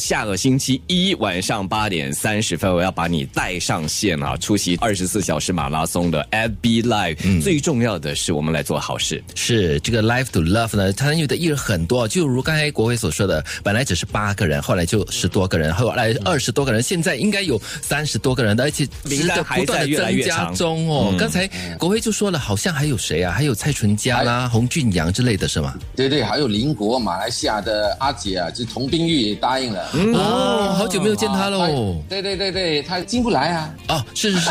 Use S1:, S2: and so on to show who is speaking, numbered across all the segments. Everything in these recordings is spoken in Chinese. S1: 下个星期一晚上八点三十分，我要把你带上线啊！出席二十四小时马拉松的 FB Live，、最重要的是我们来做好事。
S2: 是这个 Life to Love 呢，参与的艺人很多，就如刚才国辉所说的，本来只是八个人，后来就十多个人，后来二十多个人，现在应该有三十多个人的，而且
S1: 名单
S2: 是不
S1: 还在
S2: 断的
S1: 越来越
S2: 增加
S1: 长
S2: 中哦。刚才国辉就说了，好像还有谁啊？还有蔡淳佳啦、洪俊阳之类的是吗？
S3: 对对，还有邻国马来西亚的阿姐啊，就童冰玉也答应了。嗯，
S2: 哦，好久没有见他喽。
S3: 对对对对，她进不来啊，
S2: 哦，是是是，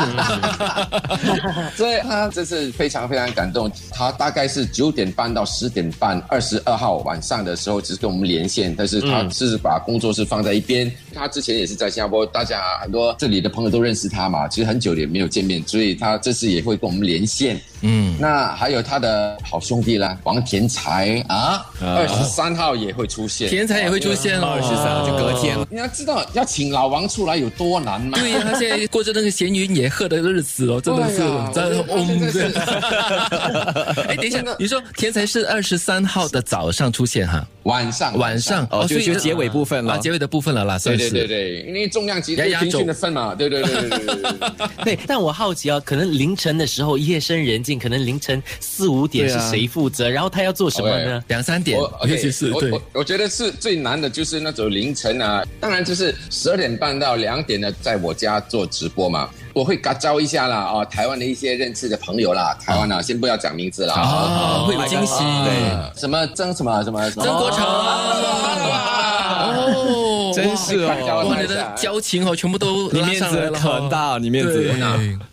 S3: 所以她这是非常非常感动。她大概是九点半到十点半，二十二号晚上的时候只是跟我们连线，但是她是把工作室放在一边。她之前也是在新加坡，大家很多这里的朋友都认识她嘛，其实很久也没有见面，所以她这次也会跟我们连线。
S2: 嗯，
S3: 那还有她的好兄弟啦，王田才啊，二十三号也会出现。
S2: 天才也会出现哦，
S1: 二十三就隔天。
S3: 你要知道要请老王出来有多难嘛。
S2: 对呀、他现在过着那个闲云野鹤的日子哦，真的是嗯
S3: 对呀，
S2: 真的
S3: 我觉得他
S2: 是
S3: 现在是
S2: 哎，等一下，你说天才是二十三号的早上出现哈，
S3: 晚上
S2: 晚上
S1: 哦就
S2: 所以
S1: 就结尾部分了
S2: 啊，结尾的部分了啦，
S3: 对
S2: 算
S3: 对
S2: 是
S3: 对对，因为重量级
S2: 压压
S3: 平
S2: 轴
S3: 均的份嘛，对对对对对对对对。
S4: 对，但我好奇啊，可能凌晨的时候夜深人静，可能凌晨四五点
S2: 对
S4: 是
S2: 啊
S4: 谁负责？然后他要做什么呢？
S2: 两三点
S3: 我，
S2: 尤
S3: OK，
S2: 其是
S3: 我
S2: 对
S3: 我我觉得是最难的就是那种凌晨啊，当然就是十二点半到两点呢，在我家做直播嘛，我会嘎招一下啦啊、台湾的一些认识的朋友啦，台湾
S2: 哦
S3: 啊，先不要讲名字啦，
S2: 啊，会有惊喜，
S1: 哦对，
S3: 啊什么曾什么什么什么
S2: 曾国成，哦，
S1: 真是
S3: 哇太高
S1: 哦
S3: 了，
S2: 哇，你的交情哦，全部都
S1: 你
S2: 拉
S1: 面
S2: 上来
S1: 子
S2: 了，
S1: 很，大，你面子
S2: 对。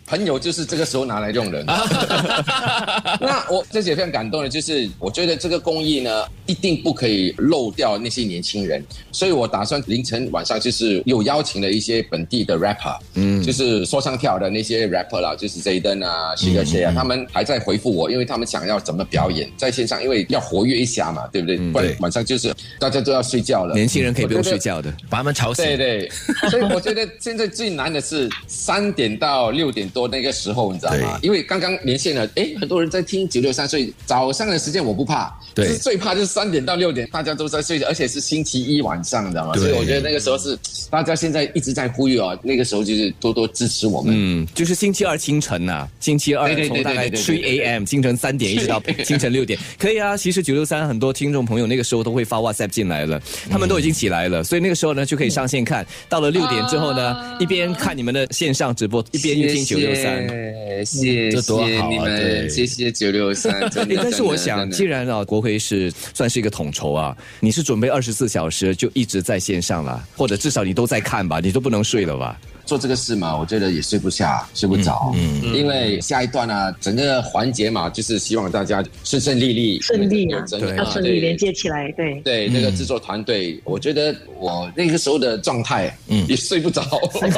S3: 朋友就是这个时候拿来 用的。 那我这也非常感动的，就是我觉得这个公益呢，一定不可以漏掉那些年轻人，所以我打算凌晨晚上就是又邀请了一些本地的 rapper，嗯，就是说唱跳的那些 rapper 啦，就是 Zayden 啊、徐克
S1: 嗯
S3: 谢啊，他们还在回复我，因为他们想要怎么表演在线上，因为要活跃一下嘛，对不对？不然晚上就是大家都要睡觉了，
S1: 嗯年轻人可以不用
S3: 我觉得
S1: 睡觉的，
S2: 把他们吵醒，
S3: 对对，所以我觉得现在最难的是三点到六点多那个时候，你知道吗？因为刚刚连线了，诶，很多人在听九六三，所以早上的时间我不怕，
S2: 对
S3: 就是最怕就是三点到六点大家都在睡觉，而且是星期一晚上，你知道吗？
S2: 对
S3: 所以我觉得那个时候是大家现在一直在呼吁哦，那个时候就是多多支持我们。
S1: 嗯，就是星期二清晨呐、星期二
S3: 对对对
S1: 从大概
S3: 对对
S1: t
S3: 对
S1: e a.m. 清晨三点一直到 清晨六点，可以啊。其实九六三很多听众朋友那个时候都会发 WhatsApp 进来了，他们都已经起来了，所以那个时候呢就可以上线看。到了六点之后呢，一边看你们的线上直播，一边听九六三。
S3: 嗯谢谢
S2: 这多好啊
S3: 谢你
S2: 对
S3: 们，谢谢九六三。真的
S1: 哎诶但是我
S3: 真
S1: 想，
S3: 的
S1: 既然啊，国辉是算是一个统筹啊，你是准备二十四小时就一直在线上了，或者至少你都在看吧，你都不能睡了吧？
S3: 做这个事嘛，我觉得也睡不下，睡不着。嗯，因为下一段啊，整个环节嘛，就是希望大家顺顺利利，
S5: 顺利啊
S3: 整个
S5: 要
S3: 啊
S5: 顺利连接起来，对。
S3: 对那个制作团队，我觉得我那个时候的状态，嗯，也睡不着。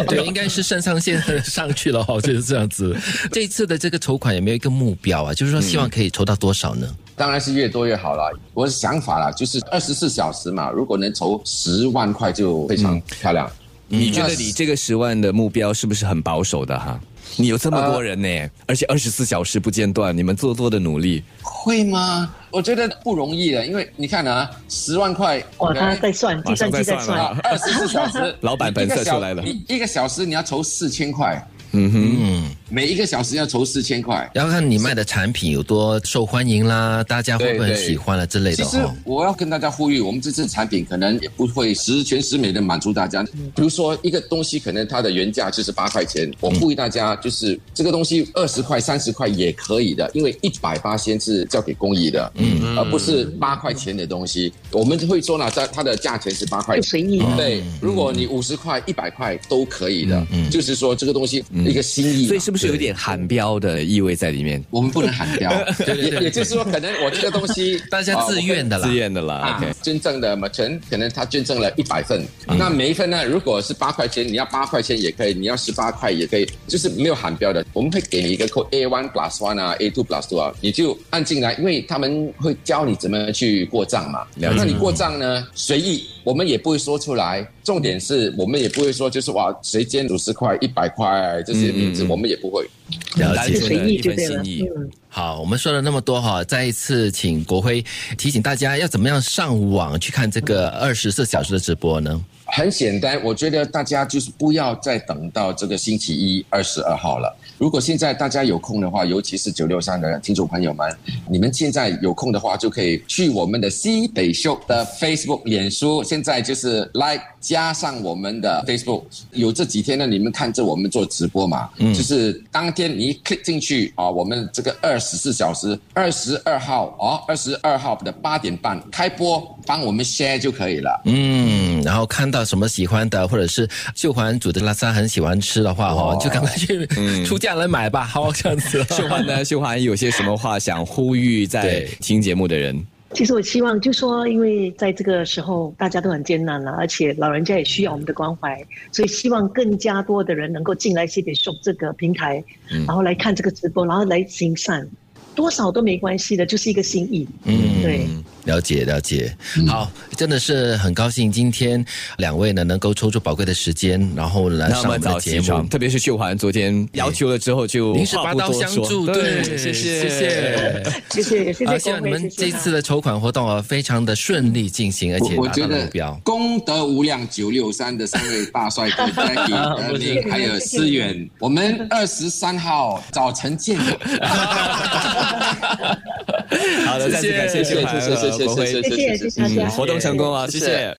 S2: 对，应该是肾上腺上去了哦，就是这样子。这一次的这个筹款有没有一个目标啊？就是说希望可以筹到多少呢？
S3: 当然是越多越好啦。我的想法啦，就是二十四小时嘛，如果能筹十万块就非常漂亮。
S1: 你觉得你这个十万的目标是不是很保守的哈？你有这么多人呢，而且二十四小时不间断，你们做多的努力，
S3: 会吗？我觉得不容易的，因为你看啊，十万块，
S5: 哇，
S3: OK
S5: 他在算，
S1: 马
S5: 计
S1: 上
S5: 算机
S1: 在
S5: 在
S1: 算
S5: 算
S1: 了，
S3: 啊二十四小时，
S1: 老板本色出来了
S3: 一个小一一个小时你要筹四千块，
S1: 嗯哼，
S2: 嗯，
S3: 每一个小时要筹四千块。
S2: 要看你卖的产品有多受欢迎啦，大家会不会很
S3: 对对
S2: 喜欢啦之类
S3: 其
S2: 的
S3: 实
S2: 哦。
S3: 我要跟大家呼吁，我们这次产品可能也不会十全十美的满足大家。
S1: 嗯
S3: 比如说一个东西，可能它的原价就是八块钱，我呼吁大家就是这个东西二十块、三十块也可以的，因为一百八先是交给公益的，嗯，而不是八块钱的东西。我们会说呢，它它的价钱是八块
S5: 就，随
S2: 嗯
S5: 意。
S2: 哦
S3: 对，如果你五十块、一百块都可以的，
S2: 嗯
S3: 就是说这个东西一个心意嘛。
S1: 所以是不是有点喊标的意味在里面？
S3: 我们不能喊 掉，也也就是说，可能我这个东西
S2: 大家自愿的啦
S1: 自，愿的啦、
S3: 啊
S1: o k
S3: 捐赠的嘛，全可能他捐赠了一百份，
S1: 嗯
S3: 那每一份呢，如果是八块钱，你要八块钱也可以，你要十八块也可以，就是没有喊标的，我们会给你一个扣 A one plus one 啊，A two plus two 啊，你就按进来，因为他们会教你怎么去过账嘛。
S1: 了解
S3: 那你过账呢，随意，我们也不会说出来。重点是我们也不会说，就是哇，谁捐五十块、一百块这些
S1: 嗯
S3: 名字，我们也不会。
S2: 了
S5: 就
S2: 解。
S5: 随意就对
S1: 一份
S5: 了，
S1: 心意
S5: 嗯，
S2: 好，我们说了那么多哈，再一次请国辉提醒大家要怎么样上网去看这个二十四小时的直播呢？
S3: 很简单，我觉得大家就是不要再等到这个星期一二十二号了。如果现在大家有空的话，尤其是九六三的听众朋友们，你们现在有空的话，就可以去我们的西北秀的 Facebook、脸书，现在就是 Like 加上我们的 Facebook。有这几天呢，你们看着我们做直播嘛，就是当天你一 click 进去啊，我们这个二十四小时二十二号啊，二十二号的八点半开播，帮我们 share 就可以了。
S2: 嗯，然后看到什么喜欢的，或者是秀环煮的拉萨很喜欢吃的话，哦，就赶快去出价来买 吧，好这样子。
S1: 秀 环呢？秀环有些什么话想呼吁在
S2: 对
S1: 听节目的人？
S5: 其实我希望，就说因为在这个时候大家都很艰难了，而且老人家也需要我们的关怀，所以希望更加多的人能够进来西北 shop 这个平台，
S2: 嗯
S5: 然后来看这个直播，然后来行善，多少都没关系的，就是一个心意。
S2: 嗯
S5: 对。
S2: 了解了解，
S1: 嗯
S2: 好，真的是很高兴今天两位呢能够抽出宝贵的时间，然后来
S1: 那
S2: 呃上我
S1: 么
S2: 们
S1: 早
S2: 的节
S1: 起
S2: 目
S1: 床，。特别是秀环昨天要求了之后就
S2: 临时
S1: 话
S2: 拔
S1: 不
S2: 刀
S1: 多
S2: 相
S1: 说
S2: 助，对，谢谢
S1: 谢谢。
S5: 谢谢，谢
S2: 啊，
S5: 谢
S2: 希望
S5: 光
S2: 你
S5: 辉，
S2: 们
S5: 谢
S2: 这
S5: 谢
S2: 次的筹款活动啊，非常的顺利进行，而且
S3: 我我
S2: 达
S3: 觉
S2: 到了
S3: 得
S2: 目标。
S3: 功德无量九六三的三位大帅哥 Jackie、德明还有思远，我们二十三号早晨见。
S1: 好的，再次感谢秀环和
S3: 谢谢谢谢
S1: 国辉
S3: 谢
S5: 谢谢谢谢大家
S1: 嗯，活动成功啊，谢
S3: 谢
S1: 谢
S3: 谢。